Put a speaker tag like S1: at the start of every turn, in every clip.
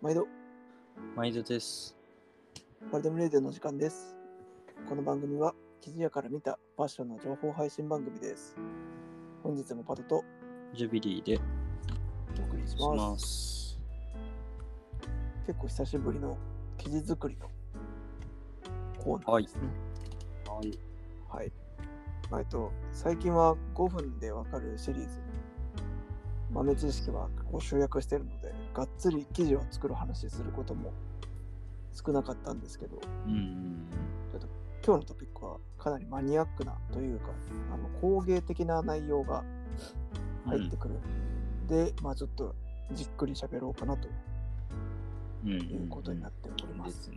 S1: 毎度、
S2: 毎度です。
S1: パルダムレーディオの時間です。この番組は、記事屋から見たファッションの情報配信番組です。本日もパトと
S2: ジュビリーで
S1: お送りし
S2: し
S1: ます。
S2: ます。
S1: 結構久しぶりの記事作りのコーナーですね。
S2: はい。
S1: はい。まあえっと、最近は5分でわかるシリーズ、豆知識はこう集約してるので、がっつり記事を作る話することも少なかったんですけど、
S2: うん。
S1: 今日のトピックはかなりマニアックなというかあの工芸的な内容が入ってくる、でまあちょっとじっくり喋ろうかなと
S2: うん。
S1: いうことになっ
S2: って
S1: おりま、
S2: ますすね。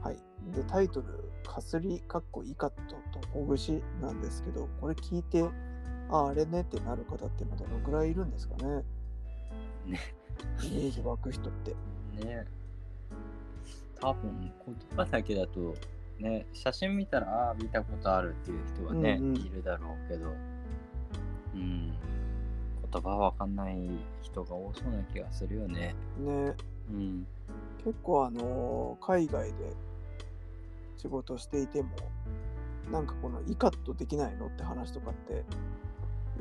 S1: はいでタイトル「かすりかっこいかととほぐし」なんですけどこれ聞いてああれねってなる方っていうのはどのぐらいいるんですかね
S2: ね
S1: イメージ湧く人って
S2: ね。多分言葉だけだと、ね、写真見たら、ああー、見たことあるっていう人はね、
S1: うんうん
S2: いるだろうけど、うん。言葉わかんない人が多そうな気がするよね。
S1: ね
S2: うん。
S1: 結構あのー海外で仕事していてもなんかこのイカッとできないのって話とかって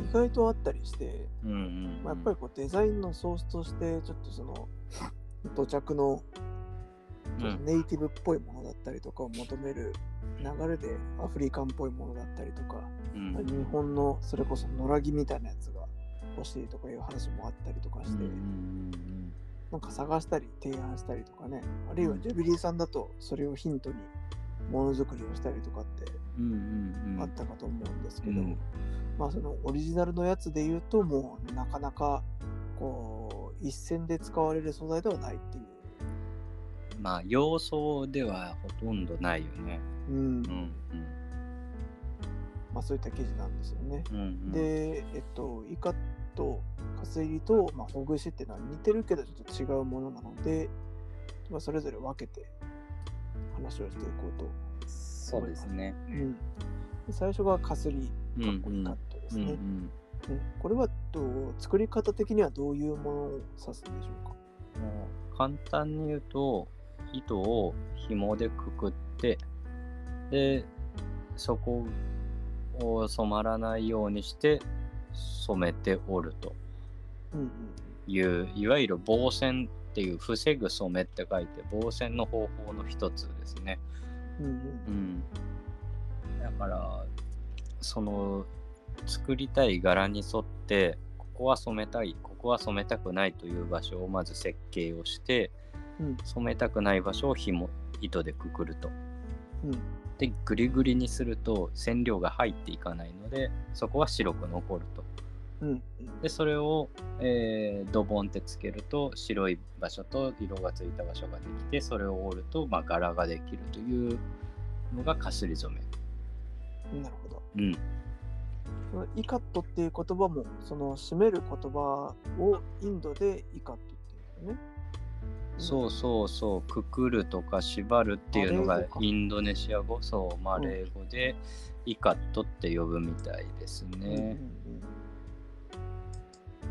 S1: 意外とあったりして、
S2: うんうん、うん。
S1: まあ、やっぱりこうデザインのソースとしてちょっとその土着の
S2: うん、
S1: ネイティブっぽいものだったりとかを求める流れでアフリカンっぽいものだったりとか
S2: うん
S1: まあ日本のそれこそ野良着みたいなやつが欲しいとかいう話もあったりとかして。
S2: うんうんうん
S1: なんか探したり提案したりとかね、あるいはジュビリーさんだとそれをヒントにものづくりをしたりとかって
S2: うんうんうん
S1: あったかと思うんですけど、
S2: うん
S1: まあそのオリジナルのやつで言うともうなかなかこう一線で使われる素材ではないっていう。
S2: まあ、要素ではほとんどないよね。
S1: うん
S2: うん
S1: まあ、そういった記事なんですよね。
S2: うんうん、
S1: で、えっと、イカとカスイリと、まあ、ほぐしっていうのは似てるけどちょっと違うものなので、まあ、それぞれ分けて話をしていこうと
S2: そうですね。
S1: うん、最初がかすり
S2: うん
S1: かっこいいカットです
S2: うん
S1: ね、
S2: うん
S1: うんこれはと作り方的にはどういうものを指すんでしょうか
S2: もう簡単に言うと糸を紐でくくってでそこを染まらないようにして染めておると
S1: うんうん
S2: いういわゆる防染っていう防ぐ染めって書いて防染の方法の一つですね。
S1: うん
S2: うん、だからその作りたい柄に沿ってここは染めたいここは染めたくないという場所をまず設計をして
S1: うんうん
S2: 染めたくない場所を紐糸でくくると。
S1: うん
S2: でグリグリにすると染料が入っていかないのでそこは白く残ると。
S1: うん
S2: でそれを、えードボンってつけると白い場所と色がついた場所ができてそれを折ると、まあ、柄ができるというのがかすり染め。
S1: うんなるほど
S2: うん、
S1: このイカットっていう言葉もその締める言葉をインドでイカットっていうんだよね
S2: そうそうそう、くくるとか縛るっていうの
S1: マ
S2: が
S1: レー語か
S2: インドネシア語、そう、マレー語で、イカットって呼ぶみたいです
S1: うんうん
S2: ね。
S1: うん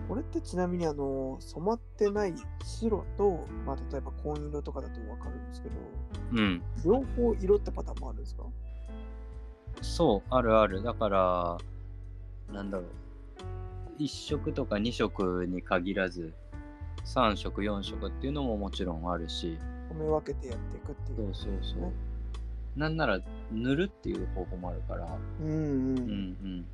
S1: これってちなみにあの染まってない白と、まあ、例えば紺色とかだと分かるんですけど
S2: うん、
S1: 両方色ってパターンもあるんですか
S2: そう、あるある。だから、なんだろう、1色とか2色に限らず、3色、4色っていうのももちろんあるし、
S1: 褒め分けてやっていくってい
S2: そう
S1: う。
S2: そうそう。なんなら、塗るっていう方法もあるから、
S1: うんう。
S2: うんうんんだ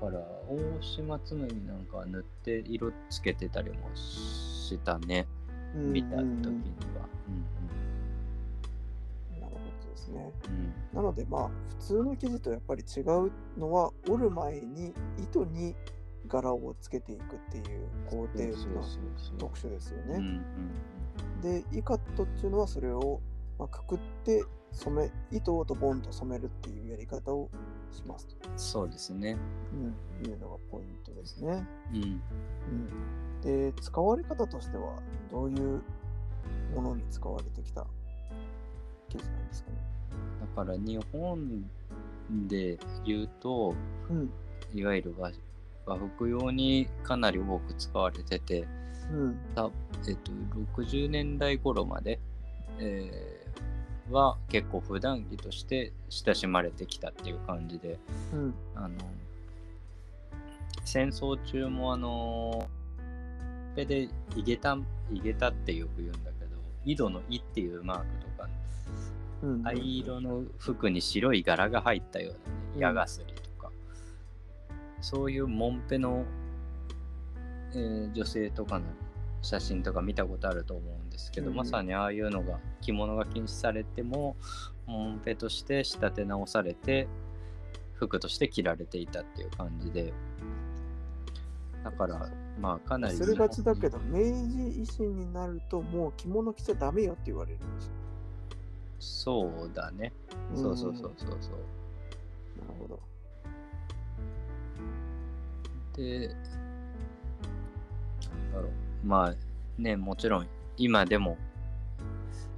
S2: から大島紬なんかは塗って色つけてたりもしたね、
S1: うん
S2: 見た時
S1: なる
S2: には。
S1: ほどですね。
S2: うんうん
S1: なのでまあ普通の生地とやっぱり違うのは折る前に糸に柄をつけていくっていう工程
S2: うんそう
S1: の
S2: そうそう
S1: 特殊ですよ
S2: うんう
S1: ね。
S2: ん
S1: でイカットっていうのはそれを、まあ、くくって染め糸をドボンと染めるっていうやり方をしますと、
S2: うんそうですね。
S1: うん、いうのがポイントですね。
S2: うん、
S1: うん、で使われ方としてはどういうものに使われてきた生地なんですかね。
S2: だから日本で言うと
S1: うん
S2: いわゆる和和服用にかなり多く使われてて、
S1: うん。
S2: えっと、60年代頃まで、えーは結構普段着として親しまれてきたっていう感じで
S1: うん。
S2: あの戦争中もあのこれで「いげた」「いげた」ってよく言うんだけど井戸の「井」っていうマークとか
S1: うん。
S2: 灰色の服に白い柄が入ったようなね
S1: うん
S2: 矢がすりとか、そういうもんぺの、えー女性とかの写真とか見たことあると思うんですけど、
S1: うん
S2: まさにああいうのが着物が禁止されてももんぺとして仕立て直されて服として着られていたっていう感じでだからまあかなり
S1: 忘れがちだけど、明治維新になるともう着物着ちゃダメよって言われるんですよ。
S2: そうだねそうそうそうそうそう、
S1: うん。なるほど。
S2: で、なんだろう。まあね、もちろん今でも、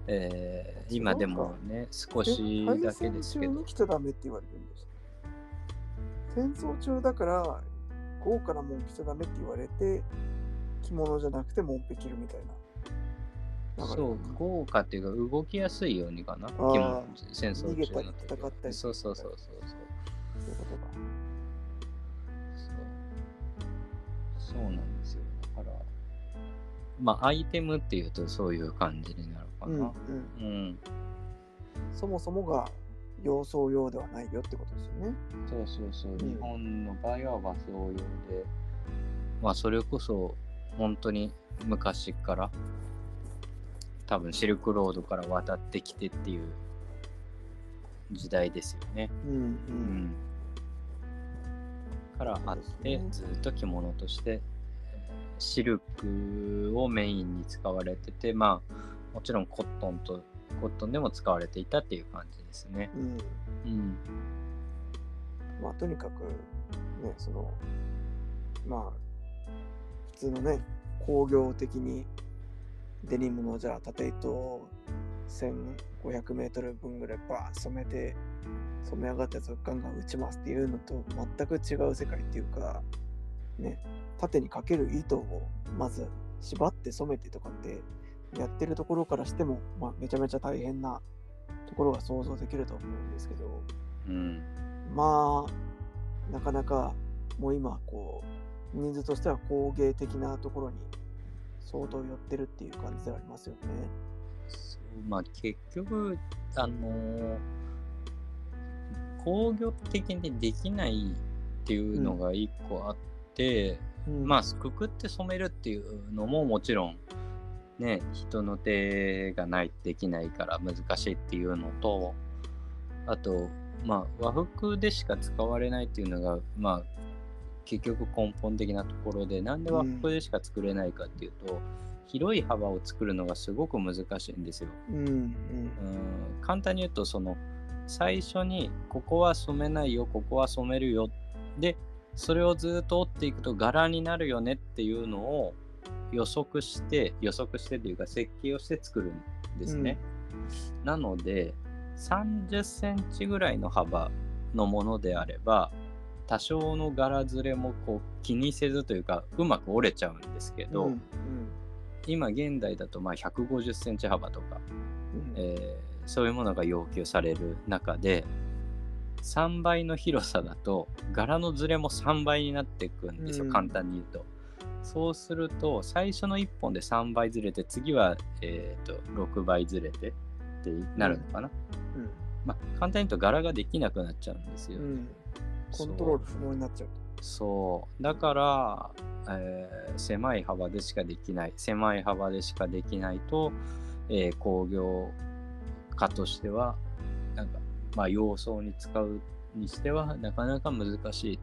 S2: えー今でもね、少し
S1: え
S2: だけですけ
S1: 戦争中
S2: ど
S1: に、来ちゃダメって言われるんですか戦争中だから豪華なもん着ちゃダメって言われて着物じゃなくてもんぺ着るみたいな流れ
S2: そう、豪華っていうか動きやすいようにかな、気も戦争
S1: 逃げ
S2: 中
S1: たり
S2: の時
S1: 戦ったり
S2: そうそうそうそうそう。
S1: そういうことか
S2: そうそうなんですよ。だから、まあアイテムっていうとそういう感じになるか
S1: うんう
S2: な。
S1: ん、
S2: うん
S1: そもそもが洋装用ではないよってことですよね
S2: そうそうそう、
S1: ん
S2: 日本の場合は和装用で、まあそれこそ本当に昔から、多分シルクロードから渡ってきてっていう時代ですよね。
S1: うんう
S2: うんん。からあっ
S1: そうで
S2: て
S1: す、ね
S2: ずっと着物として、えーシルクをメインに使われてて、まあもちろんコットンと、コットンでも使われていたっていう感じですね。
S1: うん、
S2: うん。
S1: まあとにかくねそのまあ普通のね工業的にデニムのじゃあ縦糸を 1500m 分ぐらいバーッ染めて染め上がったやつをガンガン打ちますっていうのと全く違う世界っていうかね縦にかける糸をまず縛って染めてとかってやってるところからしても、まあ、めちゃめちゃ大変なところが想像できると思うんですけど、
S2: うん。
S1: まあなかなかもう今こう人数としては工芸的なところに相当寄ってるっていう感じではありますよね。
S2: そうまあ結局あのー工業的にできないっていうのが一個あって、
S1: うん
S2: まあくくって染めるっていうのももちろんね人の手がないできないから難しいっていうのとあとまあ和服でしか使われないっていうのがまあ結局根本的なところでなんで和服でしか作れないかっていうと、広い幅を作るのがすごく難しいんですよ。
S1: うんうん
S2: うん簡単に言うとその最初にここは染めないよここは染めるよでそれをずっと折っていくと柄になるよねっていうのを予測して予測してというか設計をして作るんですね、なので3 0ンチぐらいの幅のものであれば多少の柄ずれもこう気にせずというかうまく折れちゃうんですけど、
S1: うん
S2: 今現代だとまあ1 5 0ンチ幅とか
S1: うんうん
S2: えーそういうものが要求される中で3倍の広さだと柄のずれも3倍になっていくんですよ、
S1: うん
S2: 簡単に言うと。そうすると最初の1本で3倍ずれて次は、えー、と6倍ずれてってなるのかな、まあ、簡単に言うと柄ができなくなっちゃうんですよ。
S1: うんうんコントロール不能になっちゃう
S2: そうだから、えー狭い幅でしかできない狭い幅でしかできないと、えー工業家としてはなんかまあ様相に使うにしてはなかなか難しい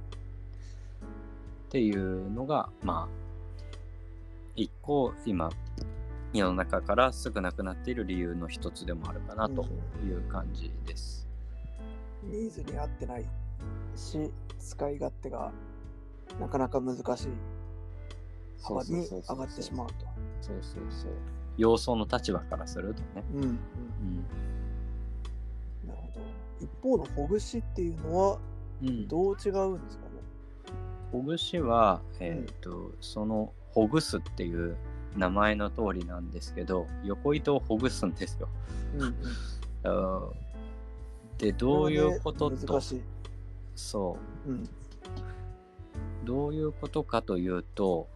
S2: っていうのがまあ一個今世の中から少なくなっている理由の一つでもあるかなという感じです。
S1: とニーズに合ってないし使い勝手がなかなか難しい幅に上がってしまうと。
S2: そうそうそう。様相の立場からするとね。
S1: うんうんなるほど一方のほぐしっていうのは
S2: うん。
S1: どう違うんですかね
S2: ほぐしは、えっとそのほぐすっていう名前の通りなんですけど横糸をほぐすんですよ。
S1: うんうん、
S2: あーでどういうこと
S1: れはね
S2: と
S1: 難しい。
S2: そう
S1: うん。
S2: どういうことかというと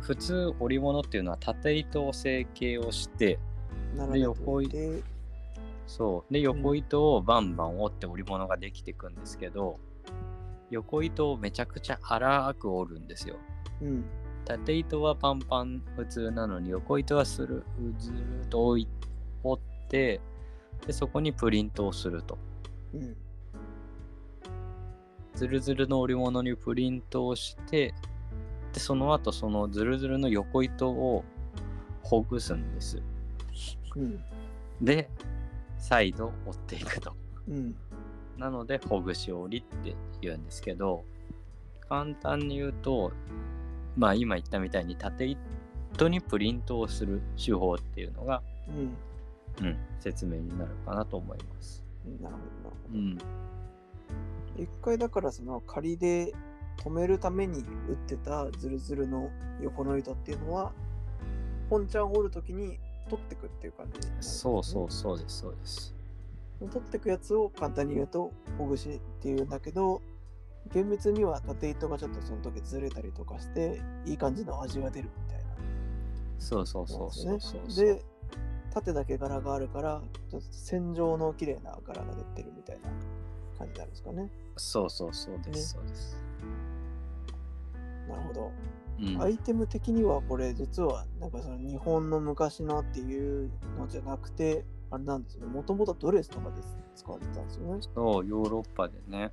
S2: 普通織物っていうのは縦糸を成形をして
S1: 並べといて。
S2: そうで横糸をバンバン折って織物ができていくんですけど、横糸をめちゃくちゃ荒く折るんですよ
S1: うん。
S2: 縦糸はパンパン普通なのに横糸はするずるっと折い折ってでそこにプリントをすると
S1: うん。
S2: ズルズルの織物にプリントをしてでその後そのズルズルの横糸をほぐすんです
S1: うん。
S2: で再度折っていくと
S1: うん。
S2: なのでほぐし織りって言うんですけど簡単に言うとまあ今言ったみたいに縦糸にプリントをする手法っていうのが、
S1: うん。
S2: うん、説明になるかなと思います。
S1: なるほどなるほど。
S2: うん、
S1: 一回だからその仮で止めるために打ってたズルズルの横の糸っていうのは本ちゃんを折るときに取ってくっていう感じなんですね、
S2: そうそうそうですそうです。
S1: 取ってくやつを簡単に言うとほぐしっていうんだけど厳密には縦糸がちょっとその時ずれたりとかしていい感じの味が出るみたいな
S2: そうそうそ
S1: そうう
S2: そう
S1: で
S2: そ
S1: すね。
S2: うそう。
S1: で、縦だけ柄があるから、ちょっと線状の綺麗な柄が出てるみたいな感じなんですかね。
S2: そうそうそうで
S1: ね
S2: すそうです。
S1: なるほど。
S2: うん
S1: アイテム的にはこれ実はなんかその日本の昔のっていうのじゃなくて、あれなんですよね。もともとドレスとかで使われてたんですよね。
S2: そう、ヨーロッパでね、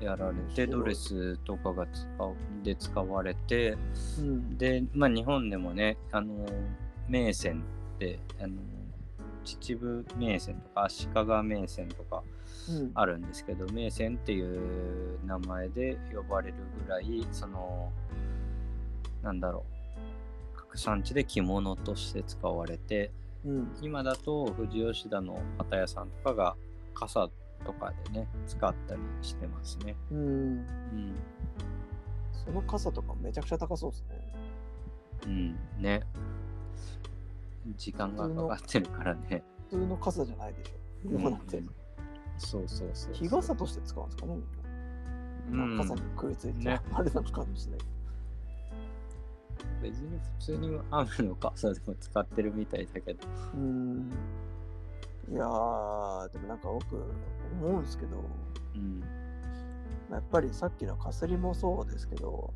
S2: やられ
S1: 面
S2: て、
S1: 白い
S2: ドレスとかが使うで使われて、
S1: うん。
S2: で、まあ、日本でもね、あの、銘仙って、あの、秩父銘仙とか足利銘仙とか
S1: うん、
S2: あるんですけど、銘仙っていう名前で呼ばれるぐらい、その、なんだろう、各産地で着物として使われて、
S1: うん。
S2: 今だと富士吉田の旗屋さんとかが傘とかでね使ったりしてますね。
S1: うん。
S2: うん、
S1: その傘とかめちゃくちゃ高そうですね。
S2: うん、ね時間がかかってるからね。
S1: 普通の傘じゃないでしょ。今なんて
S2: うん。そうそうそう
S1: 日傘として使うんですかね、みんな。まあ
S2: うん
S1: 傘に食いついて、
S2: ね
S1: あれなのかもしれない。
S2: 別に普通に雨の傘でも使ってるみたいだけど。
S1: うーんいやーでもなんか僕思うんですけど
S2: うん、
S1: やっぱりさっきのかすりもそうですけど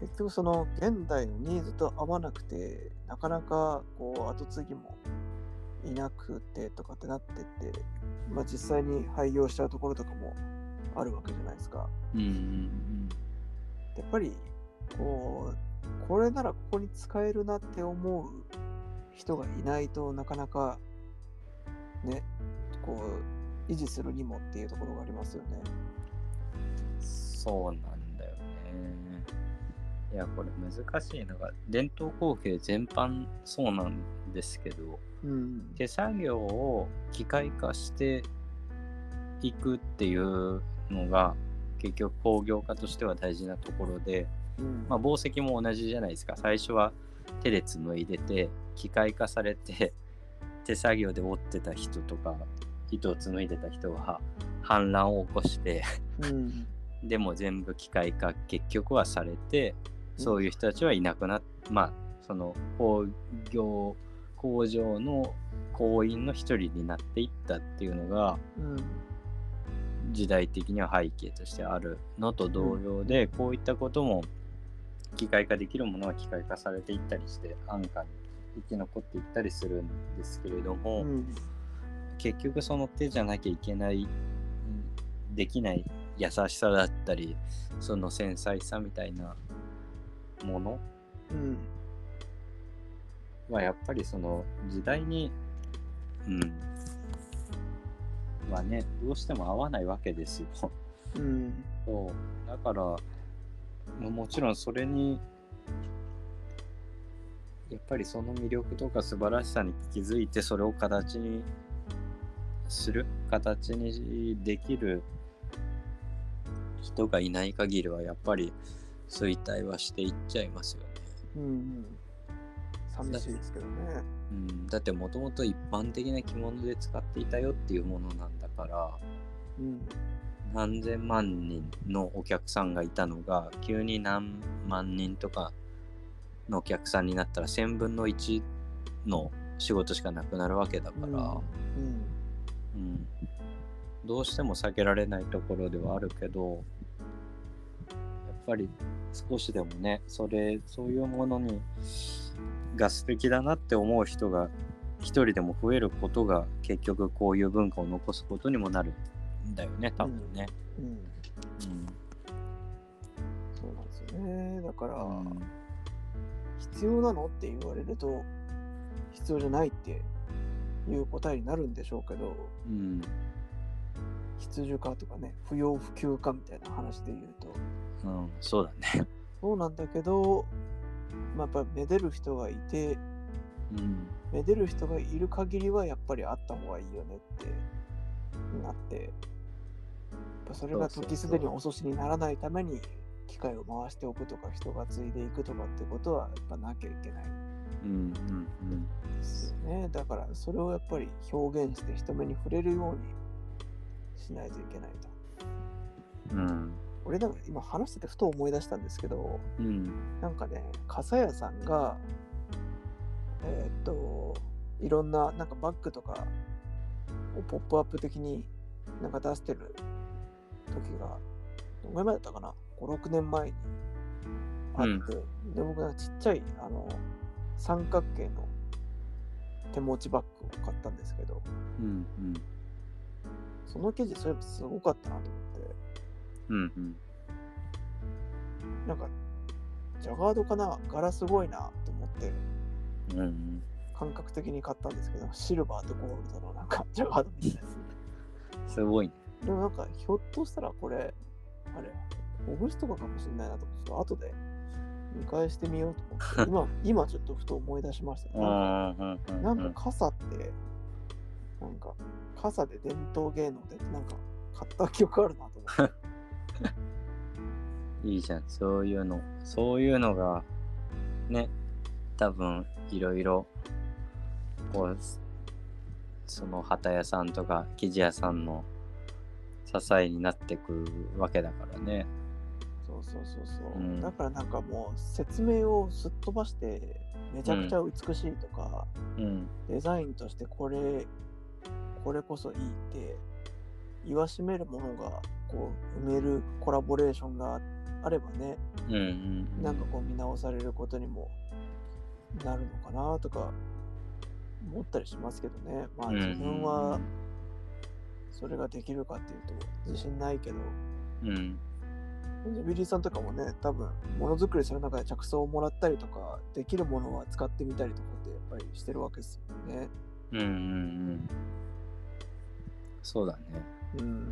S1: 結局その現代のニーズと合わなくてなかなかこう後継ぎもいなくてとかってなってって、まあ、実際に廃業しちゃうところとかもあるわけじゃないですか。
S2: うん、うん、
S1: やっぱりこうこれならここに使えるなって思う人がいないとなかなかねこう維持するにもっていうところがありますよね。
S2: うんそうなんだよね。いや、これ難しいのが、伝統工芸全般そうなんですけど、
S1: うん
S2: 手作業を機械化していくっていうのが結局工業化としては大事なところで、
S1: うん
S2: まあ、紡績も同じじゃないですか最初は手で紡いでて機械化されて 手作業で折ってた人とか糸を紡いでた人が反乱を起こして
S1: うん
S2: でも全部機械化結局はされてそういう人たちはいなくなっまあその工業工場の工員の一人になっていったっていうのが
S1: うん
S2: 時代的には背景としてあるのと同様で、こういったことも機械化できるものは機械化されていったりして安価に生き残っていったりするんですけれども、
S1: うん
S2: 結局その手じゃなきゃいけないうんできない優しさだったりその繊細さみたいなもの
S1: うん
S2: はやっぱりその時代にうんはねどうしても合わないわけですよ。
S1: うん
S2: そうだからももちろんそれにやっぱりその魅力とか素晴らしさに気づいてそれを形にする形にできる人がいない限りはやっぱり衰退はしていっちゃいますよね。
S1: うんうん。寂しいですけどね。
S2: うん、だってもともと一般的な着物で使っていたよっていうものなんだから
S1: うん。
S2: 何千万人のお客さんがいたのが急に何万人とかのお客さんになったら1000分の1の仕事しかなくなるわけだから、
S1: うん。
S2: うん、どうしても避けられないところではあるけどやっぱり少しでもねそれそういうものにが素敵だなって思う人が一人でも増えることが結局こういう文化を残すことにもなるんだよね多分ね。
S1: うん。そうなんですよね。だから、
S2: うん
S1: 必要なのって言われると、必要じゃないっていう答えになるんでしょうけど、
S2: うん
S1: 必需化とかね、不要不急化みたいな話で言うと、
S2: うん、そうだね。
S1: そうなんだけど、まあ、やっぱりめでる人がいて、
S2: うん
S1: めでる人がいる限りはやっぱりあった方がいいよねってなって、やっぱそれが
S2: そうそうそう
S1: 時すでに遅しにならないために、機械を回しておくとか、人が継いでいくとかってことは、やっぱなきゃいけない。
S2: うんうんうん
S1: ですよね。だからそれをやっぱり表現して人目に触れるようにしないといけないと。
S2: うん
S1: 俺なんか今話しててふと思い出したんですけど、
S2: うん
S1: なんかね、笠屋さんが、えーっと、いろんななんかバッグとかをポップアップ的になんか出してる時が、どのぐらい前だったかな ?5、6年前にあって、で、僕なんかちっちゃいあの三角形の手持ちバッグを買ったんですけど、
S2: うん
S1: その生地そういえばすごかったなと思って、
S2: うんうん
S1: なんかジャガードかな柄すごいなと思って、
S2: うんうん
S1: 感覚的に買ったんですけど、シルバーとゴールドのなんか ジャガードみたいなや
S2: すごいね。
S1: つ。でもなんかひょっとしたらこれ、あれ、ほぐしとかかもしれないなと思って、ちょっと後で見返してみようと思って、今、 今ちょっとふと思い出しました。なんか
S2: ああ
S1: なんか傘って、なんか傘で伝統芸能でなんか買った記憶あるなと思 って。
S2: いいじゃん、そういうの。そういうのが、ね、多分、いろいろ、こう、その旗屋さんとか生地屋さんの支えになってくわけだからね。
S1: そうそうそうそう、
S2: うん
S1: だからなんかもう説明をすっ飛ばしてめちゃくちゃ美しいとか、
S2: うん。
S1: デザインとしてこれこれこそいいって言わしめるものがこう埋めるコラボレーションがあればね
S2: うんうんうん。
S1: なんかこう見直されることにもなるのかなとか思ったりしますけどねまあ
S2: うんうんうん、
S1: 自分はそれができるかっていうと自信ないけど、
S2: うん。
S1: ビリーさんとかもね、多分ものづくりする中で着想をもらったりとか、できるものは使ってみたりとかってやっぱりしてるわけですもんね。
S2: うんうんうん。そうだね。
S1: うん。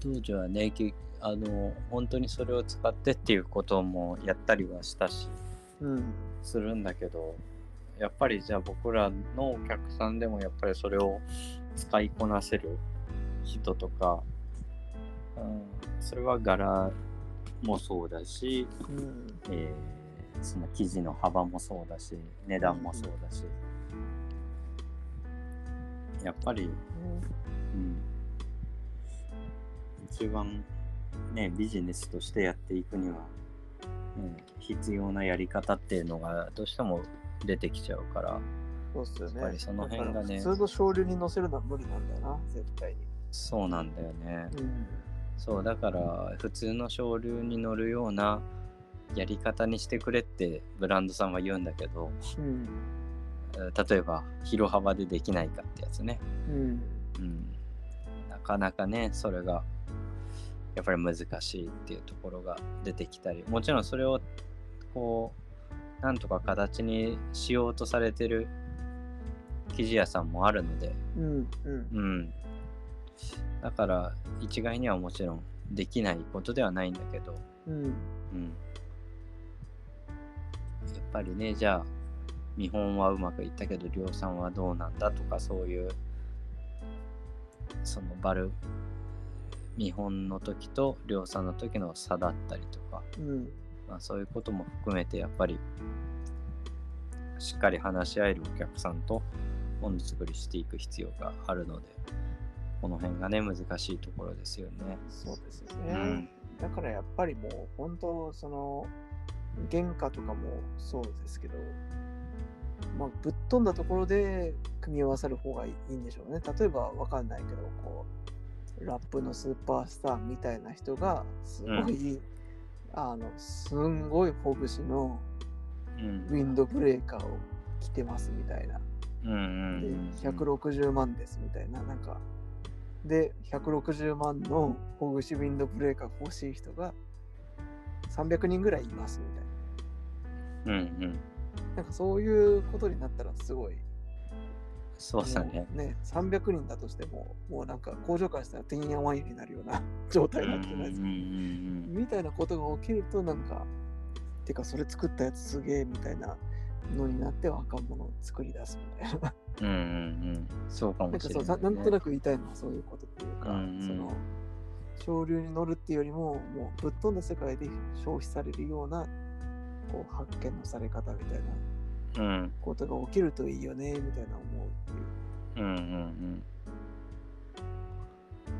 S2: 当時はね、きあの、本当にそれを使ってっていうこともやったりはしたし。
S1: うん。
S2: するんだけどやっぱりじゃあ僕らのお客さんでもやっぱりそれを使いこなせる人とか、うん、それは柄もそうだし、
S1: うん。
S2: えーその生地の幅もそうだし値段もそうだし、やっぱり、うん、一番ねビジネスとしてやっていくには、うん、必要なやり方っていうのがどうしても出てきちゃうから
S1: そうっすよね。
S2: やっぱりその辺がね
S1: だから普通の少流に乗せるのは無理なんだよな、絶対に。
S2: そうなんだよね
S1: うん。
S2: そうだから普通の潮流に乗るようなやり方にしてくれってブランドさんは言うんだけど
S1: うん。
S2: えー例えば広幅でできないかってやつね、
S1: うん。
S2: うん、なかなかねそれがやっぱり難しいっていうところが出てきたりもちろんそれをこうなんとか形にしようとされてる生地屋さんもあるので
S1: うん。うん。
S2: うん。だから、一概にはもちろんできないことではないんだけど、
S1: うん。
S2: うん。やっぱりね、じゃあ、見本はうまくいったけど、量産はどうなんだとか、そういうそのバル見本の時と量産の時の差だったりとか、
S1: うん、
S2: まあ、そういうことも含めてやっぱりしっかり話し合えるお客さんとものづくりしていく必要があるのでこの辺がね難しいところですよね。
S1: そうですよ
S2: う
S1: ね。
S2: ん
S1: だからやっぱりもう本当その原価とかもそうですけど、まあ、ぶっ飛んだところで組み合わせる方がいいんでしょうね例えばわかんないけどこうラップのスーパースターみたいな人がすごい、あのすんごいほぐしの
S2: うん
S1: ウィンドブレーカーを着てますみたいな
S2: うんうん
S1: で
S2: うん
S1: 160万ですみたいななんかで160万のほぐしウィンドブレーカー欲しい人が300人ぐらいいますみたい
S2: うんうん
S1: ななんかそういうことになったらすごい
S2: そうだね
S1: も。うね300人だとしてももうなんか工場からしたらてんやわんやになるような 状態になってないですか、
S2: うんうん
S1: みたいなことが起きるとなんかてかそれ作ったやつすげえみたいなのになって若者を作り出すみたいな
S2: うんうんうんうんそうか
S1: なん
S2: も
S1: か
S2: し
S1: そ
S2: れ
S1: う
S2: な、
S1: ない
S2: ね。
S1: なんとなく言いたいのはそういうことっていうか、
S2: うんうん
S1: その潮流に乗るっていうよりももうぶっ飛んだ世界で消費されるようなこう発見のされ方みたいな
S2: うん
S1: ことが起きるといいよねみたいな思うっていう。
S2: うんうんうん。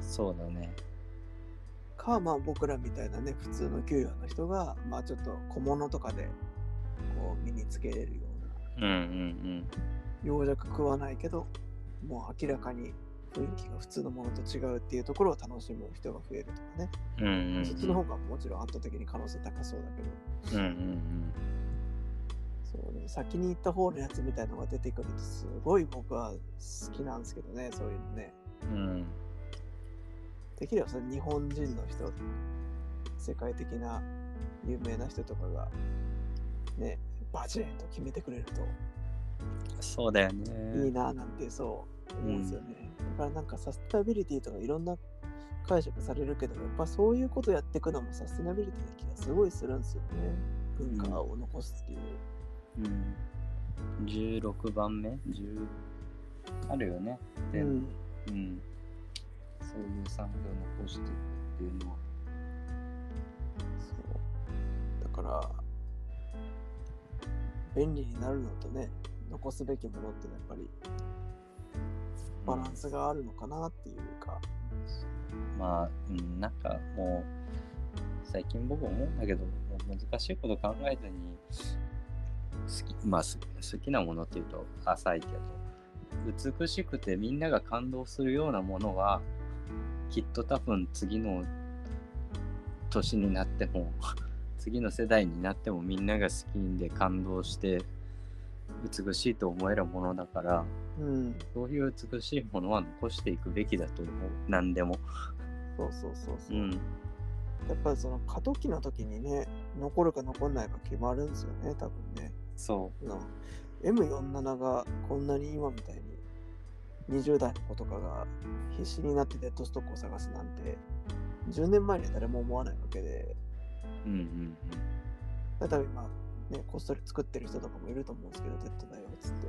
S2: そうだね。
S1: かまあ僕らみたいなね普通の給与の人がまあちょっと小物とかでこう身につけれるような
S2: うんうん
S1: 洋弱食わないけどもう明らかに雰囲気が普通のものと違うっていうところを楽しむ人が増えるとかね、
S2: うん。うんうんうん。
S1: そっちの方がもちろん圧倒的に可能性高そうだけど
S2: うんうん
S1: そうでも先に行った方のやつみたいのが出てくるとすごい僕は好きなんですけどねそういうのね
S2: うん。うん
S1: できればそれ日本人の人世界的な有名な人とかがねバチンと決めてくれると
S2: そうだよ
S1: い
S2: ね
S1: い。ななんてそう思うんですよね、だからなんかサステナビリティとかいろんな解釈されるけどやっぱそういうことやっていくのもサステナビリティな気がすごいするんですよね文化を残すっていう、
S2: うん。16番目 ?10 あるよね。
S1: う
S2: で、うん、
S1: ん
S2: そういう産業を残していくっていうのは。
S1: そうだから便利になるのとね残すべきものってやっぱりバランスがあるのかなっていうか、
S2: まあ、うん、なんかもう、最近僕思うんだけど、もう難しいこと考えずに、好き、まあ、す好きなものっていうと浅いけど、美しくてみんなが感動するようなものは、きっと多分次の年になっても、 次の世代になってもみんなが好きで感動して、美しいと思えるものだから、
S1: うん
S2: そういう美しいものは残していくべきだと思う、何でも。
S1: そうそうそうそうう、
S2: ん。
S1: やっぱりその過渡期の時にね残るか残んないか決まるんですよね多分ね
S2: そう。
S1: あの M47 がこんなに今みたいに20代の子とかが必死になってデッドストックを探すなんて10年前には誰も思わないわけで
S2: うんうん
S1: 例えば今、ね、こっそり作ってる人とかもいると思うんですけど、デッドだよっつって、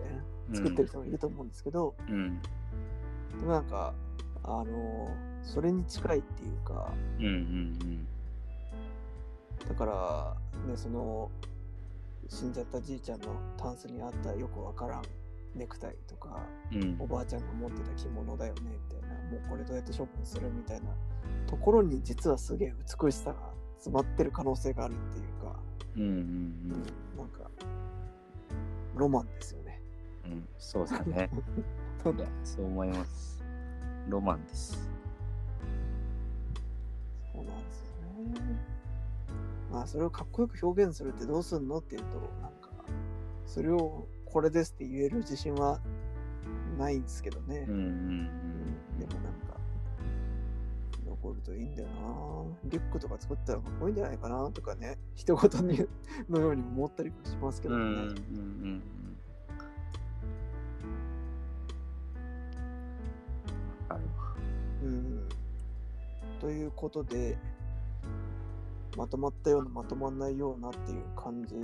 S2: うん、
S1: 作ってる人もいると思うんですけど、
S2: うん
S1: でもなんか、あのーそれに近いっていうか、
S2: うんうん
S1: だから、ね、その、死んじゃったじいちゃんのタンスにあったよくわからんネクタイとか、
S2: うんうん
S1: おばあちゃんが持ってた着物だよねみたいな、もうこれどうやって処分するみたいなところに実はすげえ美しさが詰まってる可能性があるっていうか、
S2: うんうん
S1: なんか、ロマンですよね。
S2: うんうんそうだね
S1: そう
S2: いやそう思いますロマンです
S1: そうなんですよね。まあそれをかっこよく表現するってどうすんのっていうとなんかそれをこれですって言える自信はないんですけどね
S2: うん。
S1: でもなんか残るといいんだよな。リュックとか作ったらかっこいいんじゃないかなとかね一言にのように思ったりもしますけ
S2: うんうん
S1: ど
S2: う
S1: ね。
S2: んうんうんわかるわ
S1: うんということで、まとまったような、まとまらないようなっていう感じ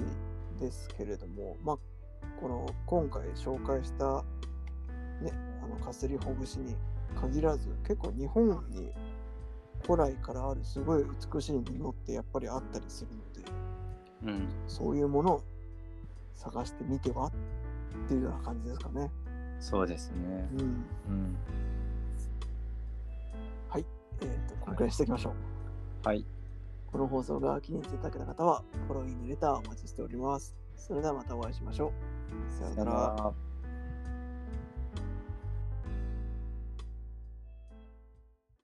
S1: ですけれども、まあ、この今回紹介した、ね、あのかすりほぐしに限らず結構日本に古来からあるすごい美しい布ってやっぱりあったりするので
S2: うん、
S1: そういうものを探してみてはっていうような感じですかね。
S2: そうですね。
S1: うん
S2: うん、
S1: えー、と今回していきましょう。
S2: はい、
S1: この放送が気に入っていただけた方はフォロー、いいね、レターお待ちしております。それではまたお会いしましょう。さよう
S2: さ
S1: な
S2: よな
S1: ら。
S2: ら